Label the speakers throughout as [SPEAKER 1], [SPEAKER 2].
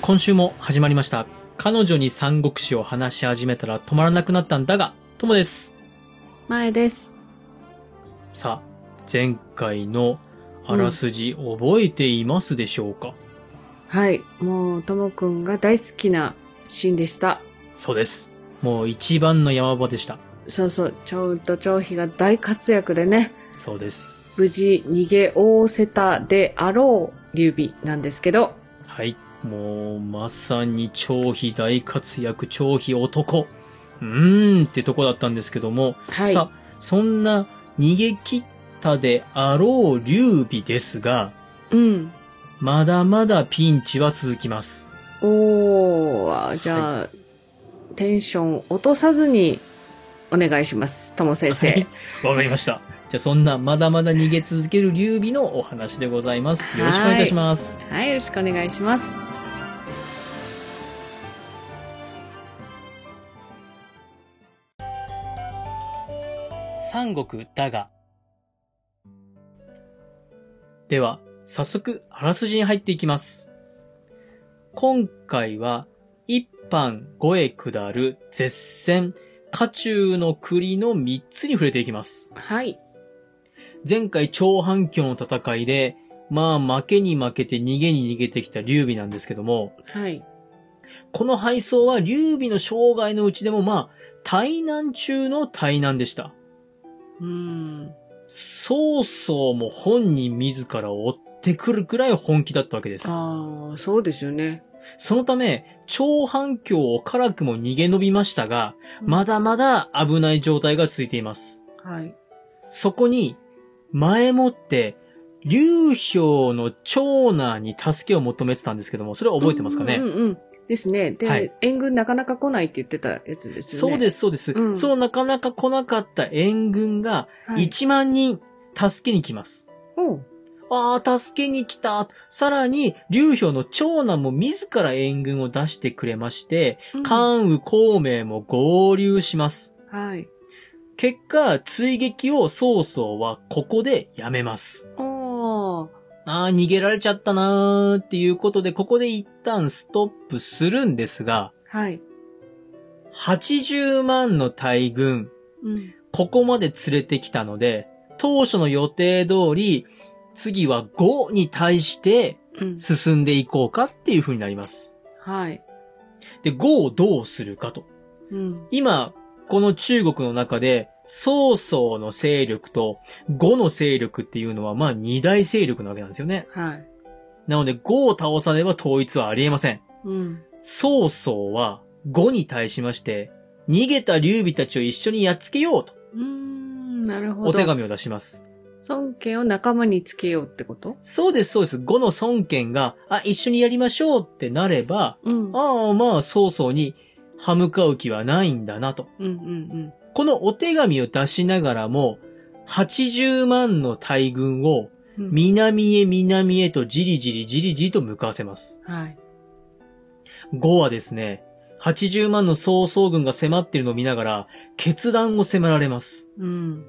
[SPEAKER 1] 今週も始まりました。彼女に三国志を話し始めたら止まらなくなったんだが、ともです。
[SPEAKER 2] 前です。
[SPEAKER 1] さあ、前回のあらすじ覚えていますでしょうか、
[SPEAKER 2] はい。もう、ともくんが大好きなシーンでした。
[SPEAKER 1] そうです。もう一番の山場でした。
[SPEAKER 2] そうそう、趙雲と張飛が大活躍でね、
[SPEAKER 1] そうです。
[SPEAKER 2] 無事逃げおせたであろう劉備なんですけど、
[SPEAKER 1] はい。もう、まさに張飛大活躍、張飛男。うーんってとこだったんですけども、
[SPEAKER 2] はい。
[SPEAKER 1] さあ、そんな逃げ切ったであろう劉備ですが、
[SPEAKER 2] うん。
[SPEAKER 1] まだまだピンチは続きます。
[SPEAKER 2] おー、あじゃあ、テンション落とさずにお願いします、とも先生。
[SPEAKER 1] はいわかりました。じゃあそんなまだまだ逃げ続ける劉備のお話でございます。よろしくお願いいたします。
[SPEAKER 2] はい、よろしくお願いします。
[SPEAKER 1] 三国だが。では、早速、あらすじに入っていきます。今回は、一般五へ下る絶戦、家中の栗の三つに触れていきます。
[SPEAKER 2] はい。
[SPEAKER 1] 前回、長反響の戦いで、まあ、負けに備負けて逃げに逃げてきた劉備なんですけども、
[SPEAKER 2] はい。
[SPEAKER 1] この敗走は劉備の生涯のうちでもまあ、大難中の大難でした。
[SPEAKER 2] うーん。
[SPEAKER 1] 曹操も本人自らを追ってくるくらい本気だったわけです。
[SPEAKER 2] ああ、そうですよね。
[SPEAKER 1] そのため、長反響を辛くも逃げ延びましたが、まだまだ危ない状態が続いています。
[SPEAKER 2] はい。
[SPEAKER 1] そこに、前もって、劉氷の長男に助けを求めてたんですけども、それは覚えてますかね、
[SPEAKER 2] うんうんうん。ですね。で、
[SPEAKER 1] はい
[SPEAKER 2] 援軍なかなか来ないって言ってたやつですよ
[SPEAKER 1] そ
[SPEAKER 2] ね。
[SPEAKER 1] うです、そうです、
[SPEAKER 2] うん
[SPEAKER 1] そのなかなか来なかった援軍が、
[SPEAKER 2] はい。
[SPEAKER 1] 1万人助けに来ます。
[SPEAKER 2] おう
[SPEAKER 1] ああ、助けに来た。さらに、劉氷の長男も自ら援軍を出してくれまして、
[SPEAKER 2] うん
[SPEAKER 1] 関羽孔明も合流します。
[SPEAKER 2] はい。
[SPEAKER 1] 結果、追撃を曹操はここでやめます。
[SPEAKER 2] おー。
[SPEAKER 1] ああ、逃げられちゃったなーっていうことで、ここで一旦ストップするんですが、
[SPEAKER 2] はい。
[SPEAKER 1] 80万の大軍、
[SPEAKER 2] うん。
[SPEAKER 1] ここまで連れてきたので、当初の予定通り、次は5に対して
[SPEAKER 2] うん。
[SPEAKER 1] 進んでいこうかっていう風になります。
[SPEAKER 2] はい。
[SPEAKER 1] で、5をどうするかと。
[SPEAKER 2] うん。
[SPEAKER 1] 今、この中国の中で、曹操の勢力と5の勢力っていうのは、まあ二大勢力なわけなんですよね。
[SPEAKER 2] はい。
[SPEAKER 1] なので5を倒さねば統一はありえません。
[SPEAKER 2] うん。
[SPEAKER 1] 曹操は5に対しまして、逃げた劉備たちを一緒にやっつけようと、
[SPEAKER 2] うーん、なるほど。
[SPEAKER 1] お手。紙を出します。
[SPEAKER 2] 尊敬を仲間につけようってこと
[SPEAKER 1] そうです、そうです。5の孫権が、あ、一緒にやりましょうってなれば、
[SPEAKER 2] うん。
[SPEAKER 1] ああ、まあ、曹操に歯向かう気はないんだなと。
[SPEAKER 2] うんうん
[SPEAKER 1] このお手紙を出しながらも、80万の大軍を
[SPEAKER 2] うんうん。
[SPEAKER 1] 南へ南へとじりじりじりじりと向かわせます。
[SPEAKER 2] はい。
[SPEAKER 1] 5はですね、80万の曹操軍が迫っているのを見ながら、決断を迫られます。
[SPEAKER 2] うん。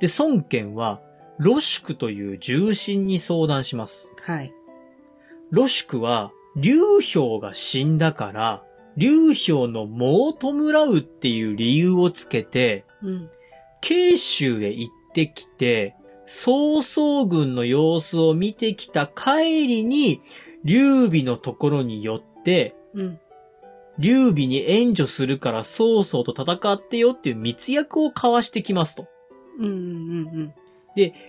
[SPEAKER 1] で、孫権は、ロシュクという重臣に相談します。
[SPEAKER 2] はい。
[SPEAKER 1] ロシュクは、劉氷が死んだから、劉氷の藻を弔うっていう理由をつけて、
[SPEAKER 2] うん。
[SPEAKER 1] 慶州へ行ってきて、曹操軍の様子を見てきた帰りに、劉備のところに寄って、
[SPEAKER 2] うん。
[SPEAKER 1] 劉備に援助するから曹操と戦ってよっていう密約を交わしてきますと。
[SPEAKER 2] うんうんうん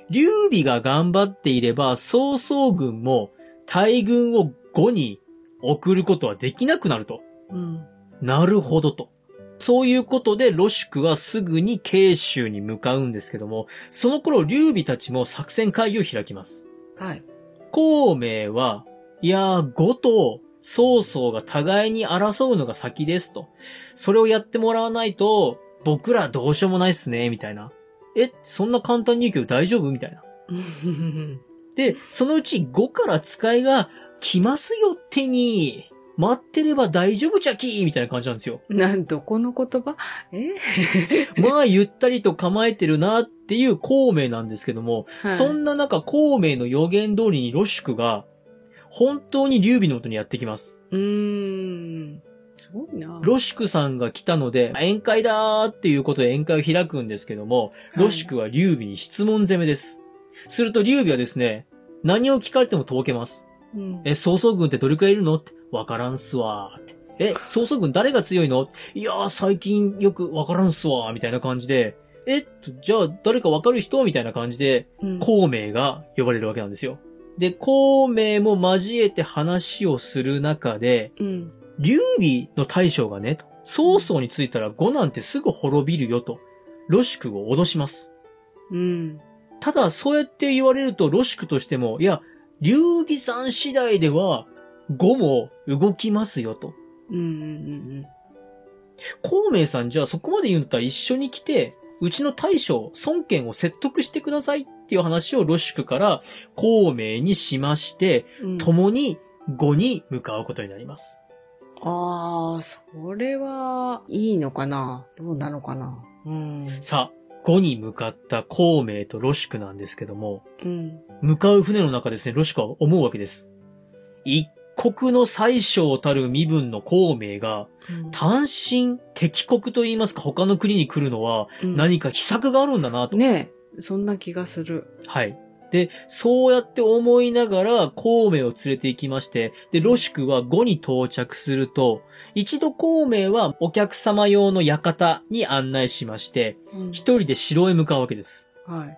[SPEAKER 1] 劉備が頑張っていれば、曹操軍も大軍を5に送ることはできなくなると。
[SPEAKER 2] うん。うん。
[SPEAKER 1] なるほどと。そういうことで、ロシュクはすぐに慶州に向かうんですけども、その頃、劉備たちも作戦会議を開きます。
[SPEAKER 2] はい。
[SPEAKER 1] 孔明は、いやー、呉と曹操が互いに争うのが先ですと。それをやってもらわないと、僕らどうしようもないっすね、みたいな。え、そんな簡単に言うけど大丈夫みたいな。
[SPEAKER 2] うん
[SPEAKER 1] で、そのうち5から使いが来ますよ、手に。待ってれば大丈夫じゃきーみたいな感じなんですよ。
[SPEAKER 2] なん、どこの言葉え
[SPEAKER 1] まあ、ゆったりと構えてるなっていう孔明なんですけども、
[SPEAKER 2] はい
[SPEAKER 1] そんな中、孔明の予言通りにロシュクが、本当に劉備の元にやってきます。
[SPEAKER 2] うーん。すごいな。
[SPEAKER 1] ロシュクさんが来たので、宴会だーっていうことで宴会を開くんですけども、ロシュクは劉備に質問攻めです。すると劉備はですね、何を聞かれてもとぼけます。
[SPEAKER 2] うん
[SPEAKER 1] え、曹操軍ってどれくらいいるのって、わからんすわーって。え、曹操軍誰が強いのいやー最近よくわからんすわーみたいな感じで、えっと、じゃあ誰かわかる人みたいな感じで、
[SPEAKER 2] うん
[SPEAKER 1] 孔明が呼ばれるわけなんですよ。で、孔明も交えて話をする中で、
[SPEAKER 2] うん。
[SPEAKER 1] 劉備の大将がね、と曹操についたら語なんてすぐ滅びるよと、ロシクを脅します。
[SPEAKER 2] うん。
[SPEAKER 1] ただ、そうやって言われると、ロシクとしても、いや、劉備さん次第では、語も動きますよと。
[SPEAKER 2] うん。うん。
[SPEAKER 1] 孔明さんじゃあそこまで言うんだったら一緒に来て、うちの大将、孫権を説得してくださいっていう話をロシクから孔明にしまして、
[SPEAKER 2] うん。
[SPEAKER 1] 共に呉に向かうことになります。
[SPEAKER 2] ああ、それは、いいのかなどうなのかなうん。
[SPEAKER 1] さあ、呉に向かった孔明とロシクなんですけども、
[SPEAKER 2] うん。
[SPEAKER 1] 向かう船の中ですね、ロシクは思うわけです。一国の宰相たる身分の孔明が、単身敵国と言いますか他の国に来るのは
[SPEAKER 2] うん
[SPEAKER 1] 何か秘策があるんだなと。
[SPEAKER 2] ねえ、そんな気がする。
[SPEAKER 1] はい。で、そうやって思いながら、孔明を連れて行きまして、で、ロシクは呉に到着すると、一度孔明はお客様用の館に案内しまして、
[SPEAKER 2] うん
[SPEAKER 1] 一人で城へ向かうわけです。
[SPEAKER 2] はい。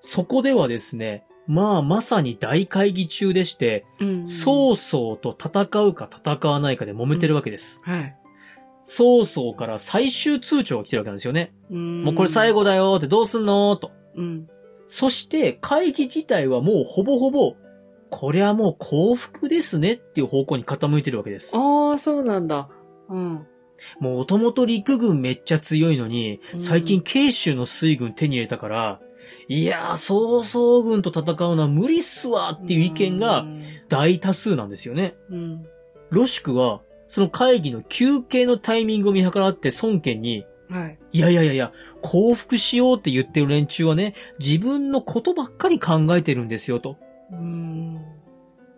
[SPEAKER 1] そこではですね、まあまさに大会議中でして、
[SPEAKER 2] うん
[SPEAKER 1] 曹操と戦うか戦わないかで揉めてるわけです。
[SPEAKER 2] うん。はい。
[SPEAKER 1] 曹操から最終通帳が来てるわけなんですよね。
[SPEAKER 2] も
[SPEAKER 1] もうこれ最。後だよってどうすんのと。
[SPEAKER 2] うん。
[SPEAKER 1] そして会議自体はもうほぼほぼ、これはもう幸福ですねっていう方向に傾いてるわけです。
[SPEAKER 2] ああ、そうなんだ。うん。
[SPEAKER 1] もともと陸軍めっちゃ強いのに
[SPEAKER 2] う、ん
[SPEAKER 1] 最近慶州の水軍手に入れたから、いやー、曹操軍と戦うのは無理っすわっていう意見が大多数なんですよね。
[SPEAKER 2] うん、
[SPEAKER 1] ロシクは、その会議の休憩のタイミングを見計らって孫権に、
[SPEAKER 2] うん。はい。
[SPEAKER 1] いやいやいやいや、降伏しようって言ってる連中はね、自分のことばっかり考えてるんですよと。
[SPEAKER 2] うん。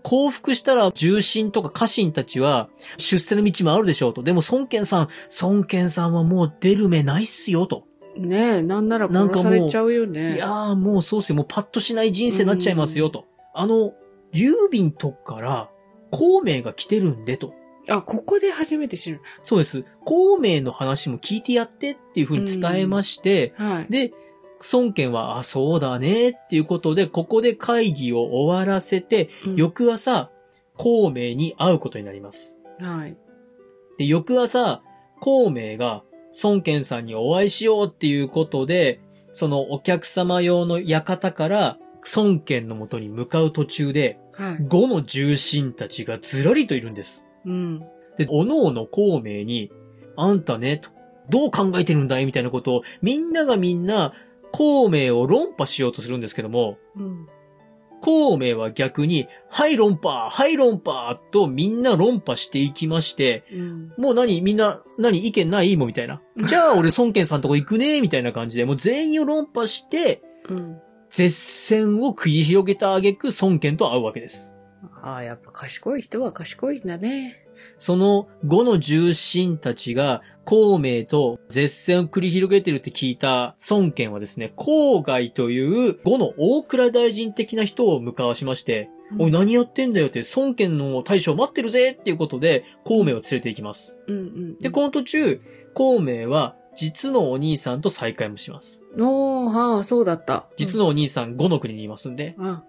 [SPEAKER 1] 降伏したら重臣とか家臣たちは出世の道もあるでしょうと。でも孫権さん、孫権さんはもう出る目ないっすよと。
[SPEAKER 2] ねえ、なんなら
[SPEAKER 1] なんか
[SPEAKER 2] 殺
[SPEAKER 1] もう
[SPEAKER 2] されちゃうよ
[SPEAKER 1] い
[SPEAKER 2] ね。
[SPEAKER 1] やーもうそうっすよ。もうパッとしない人生になっちゃいますよと。あの、劉備のとこから孔明が来てるんでと。
[SPEAKER 2] あ、ここで初めて知る。
[SPEAKER 1] そうです。孔明の話も聞いてやってっていうふうに伝えまして、
[SPEAKER 2] はい。
[SPEAKER 1] で、孫権は、あ、そうだねっていうことで、ここで会議を終わらせて、
[SPEAKER 2] うん
[SPEAKER 1] 翌朝、孔明に会うことになります。
[SPEAKER 2] はい。
[SPEAKER 1] で、翌朝、孔明が孫権さんにお会いしようっていうことで、そのお客様用の館から孫権のもとに向かう途中で、
[SPEAKER 2] はい。
[SPEAKER 1] 呉の重臣たちがずらりといるんです。
[SPEAKER 2] うん。
[SPEAKER 1] で、おのおの孔明に、あんたね、とどう考えてるんだいみたいなことを、みんながみんな孔明を論破しようとするんですけども、
[SPEAKER 2] うん。
[SPEAKER 1] 孔明は逆に、はい論破はい論破とみんな論破していきまして、
[SPEAKER 2] うん。
[SPEAKER 1] もう何みんな、何意見ないもんみたいな。じゃあ俺孫権さんとこ行くねみたいな感じで、もう全員を論破して、
[SPEAKER 2] うん。
[SPEAKER 1] 絶戦を繰り広げた挙句孫権と会うわけです。
[SPEAKER 2] ああ、やっぱ賢い人は賢いんだね。
[SPEAKER 1] その後の重臣たちが孔明と絶戦を繰り広げてるって聞いた孫権はですね、郊外という後の大蔵大臣的な人を向かわしまして、おい何やってんだよって孫権の大将待ってるぜっていうことで孔明を連れて行きます。
[SPEAKER 2] うんうん。
[SPEAKER 1] で、この途中、孔明は、実のお兄さんと再会もします。
[SPEAKER 2] おー、はあ、そうだった。
[SPEAKER 1] 実のお兄さん、五の国にいますんで、
[SPEAKER 2] うん。あ、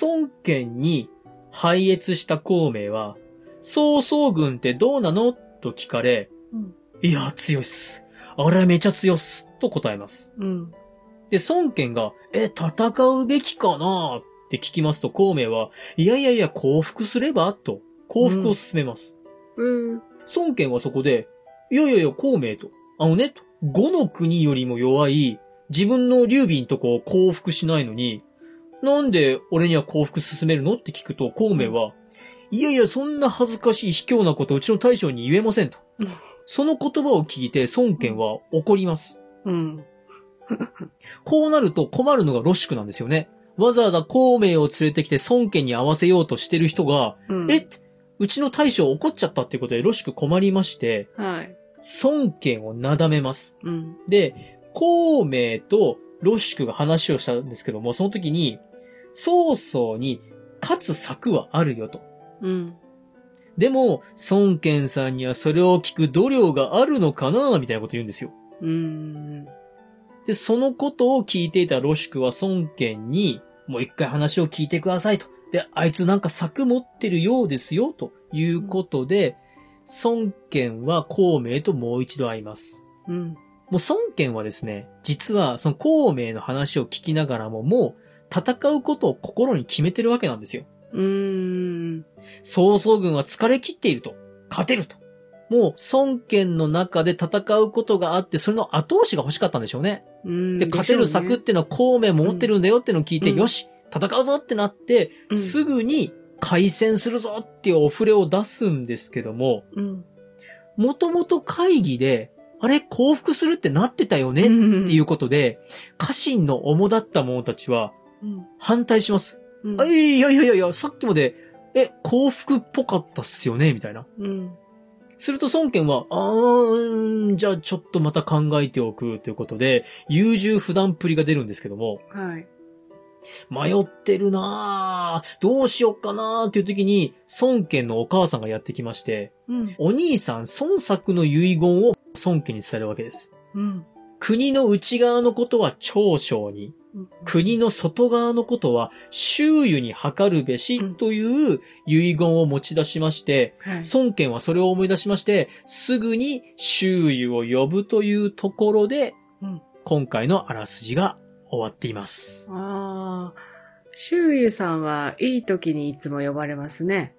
[SPEAKER 1] 孫権に拝謁した孔明は、曹操軍ってどうなのと聞かれ、
[SPEAKER 2] うん
[SPEAKER 1] いや、強いっす。あれはめちゃ強いっす。と答えます。
[SPEAKER 2] うん。
[SPEAKER 1] で、孫権が、え、戦うべきかなって聞きますと、孔明は、いやいやいや、降伏すればと、降伏を進めます。
[SPEAKER 2] うん。
[SPEAKER 1] 孫権はそこで、いやいやいや、孔明と。あのね、と。五の国よりも弱い、自分の劉備んとこを降伏しないのに、なんで俺には降伏進めるのって聞くと、孔明は、いやいや、そんな恥ずかしい卑怯なことうちの大将に言えませんと
[SPEAKER 2] うん。
[SPEAKER 1] その言葉を聞いて孫権は怒ります。
[SPEAKER 2] うん。
[SPEAKER 1] こうなると困るのがロシクなんですよね。わざわざ孔明を連れてきて孫権に合わせようとしてる人が、
[SPEAKER 2] うん
[SPEAKER 1] えってうちの大将怒っちゃったっていうことでロシク困りまして、
[SPEAKER 2] はい。
[SPEAKER 1] 孫権をなだめます。
[SPEAKER 2] うん。
[SPEAKER 1] で、孔明とロシクが話をしたんですけども、その時に、曹操に勝つ策はあるよと。
[SPEAKER 2] うん。
[SPEAKER 1] でも、孫権さんにはそれを聞く度量があるのかなみたいなこと言うんですよ。
[SPEAKER 2] うん。
[SPEAKER 1] で、そのことを聞いていたロシクは孫権に、もう一回話を聞いてくださいと。で、あいつなんか策持ってるようですよ、ということで、孫権は孔明ともう一度会います。
[SPEAKER 2] うん。
[SPEAKER 1] もう孫権はですね、実はその孔明の話を聞きながらも、もう戦うことを心に決めてるわけなんですよ。
[SPEAKER 2] うん。
[SPEAKER 1] 曹操軍は疲れ切っていると。勝てると。もう孫権の中で戦うことがあって、それの後押しが欲しかったんでしょうね。
[SPEAKER 2] うん。
[SPEAKER 1] で、勝てる策ってのは孔明も持ってるんだよってのを聞いて、
[SPEAKER 2] うん
[SPEAKER 1] よし戦うぞってなって、
[SPEAKER 2] うん
[SPEAKER 1] すぐに開戦するぞっていうお触れを出すんですけども、
[SPEAKER 2] うん。
[SPEAKER 1] もともと会議で、あれ降伏するってなってたよねっ
[SPEAKER 2] って
[SPEAKER 1] いうことで、家臣の主だった者たちは
[SPEAKER 2] うん。
[SPEAKER 1] 反対します。
[SPEAKER 2] うん。
[SPEAKER 1] あいやいやいやいや、さっきまで、え、降伏っぽかったっすよねみたいな。
[SPEAKER 2] うん。
[SPEAKER 1] すると孫権は、あーうん、じゃあちょっとまた考えておくということで、優柔不断っぷりが出るんですけども、
[SPEAKER 2] はい。
[SPEAKER 1] 迷ってるなぁ。どうしよっかなぁっていう時に、孫権のお母さんがやってきまして、
[SPEAKER 2] うん。
[SPEAKER 1] お兄さん孫作の遺言を孫権に伝えるわけです。
[SPEAKER 2] うん。
[SPEAKER 1] 国の内側のことは長将に、国の外側のことは周囲に測るべ
[SPEAKER 2] う
[SPEAKER 1] し
[SPEAKER 2] ん
[SPEAKER 1] という遺言を持ち出しまして、
[SPEAKER 2] はい。
[SPEAKER 1] 孫権はそれを思い出しまして、すぐに周囲を呼ぶというところで
[SPEAKER 2] うん、
[SPEAKER 1] 今回のあらすじが終わっています。
[SPEAKER 2] ああ。周遊さんはいい時にいつも呼ばれますね。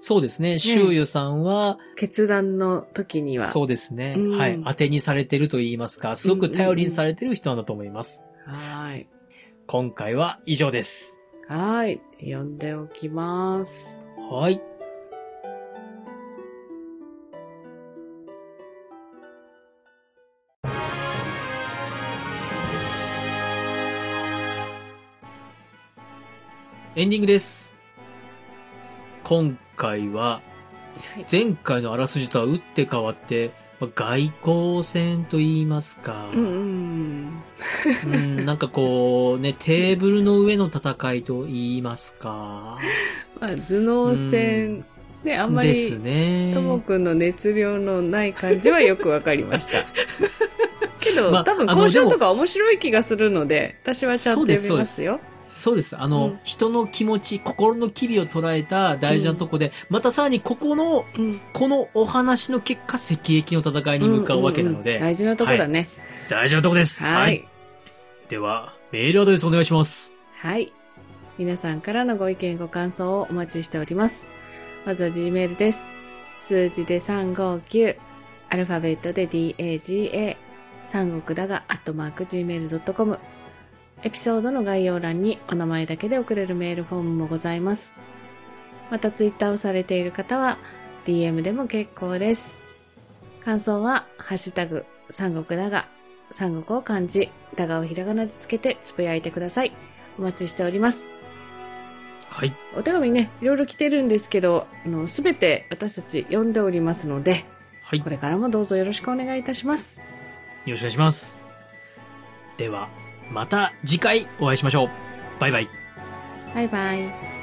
[SPEAKER 1] そうですね。周遊さんは、
[SPEAKER 2] 決断の時には。
[SPEAKER 1] そうですね。
[SPEAKER 2] うん
[SPEAKER 1] はい。当てにされてると言いますか、すごく頼りにされてる人なんだと思います。
[SPEAKER 2] はい。
[SPEAKER 1] 今回は以上です。
[SPEAKER 2] はい。呼んでおきます。
[SPEAKER 1] はい。エンディングです。今回は、
[SPEAKER 2] はい。
[SPEAKER 1] 前回のあらすじとは打って変わって、まあ外交戦と言いますか、
[SPEAKER 2] うんうん。
[SPEAKER 1] うん、なんかこう、ね、テーブルの上の戦いと言いますか。
[SPEAKER 2] まあ、頭脳戦。ね、 あんまり。
[SPEAKER 1] ですね。
[SPEAKER 2] ともくんの熱量のない感じはよくわかりま した。けど、
[SPEAKER 1] まあ
[SPEAKER 2] 多分
[SPEAKER 1] あので
[SPEAKER 2] 交渉
[SPEAKER 1] も
[SPEAKER 2] とか面白い気がするので、私はちゃんと読みますよ。
[SPEAKER 1] そうです。あの、
[SPEAKER 2] うん
[SPEAKER 1] 人の気持ち、心の機微を捉えた大事なとこで、またさらにここの、
[SPEAKER 2] うん
[SPEAKER 1] このお話の結果、赤壁の戦いに向かうわけなので、
[SPEAKER 2] うんうんうん大事なとこだね。
[SPEAKER 1] 大事なとこです。
[SPEAKER 2] はい。はい。
[SPEAKER 1] では、メールアドレスお願いします。
[SPEAKER 2] 皆さんからのご意見、ご感想をお待ちしております。まずは Gmail です。数字で359、アルファベットで DAGA、三国だが、アットマーク Gmail.com。エピソードの概要欄にお名前だけで送れるメールフォームもございます。またツイッターをされている方は DM でも結構です。感想は、ハッシュタグ、三国だが、三国を漢字、だがをひらがなでつけてつぶやいてください。お待ちしております。
[SPEAKER 1] はい。
[SPEAKER 2] お手紙ね、いろいろ来てるんですけど、あの、すべて私たち読んでおりますので、
[SPEAKER 1] はい。
[SPEAKER 2] こ
[SPEAKER 1] よ
[SPEAKER 2] れからもどうぞよろしくお願いいたします。
[SPEAKER 1] ろしくお願いします。では、また次回お会いしましょう。バイバイ。
[SPEAKER 2] バイバイ。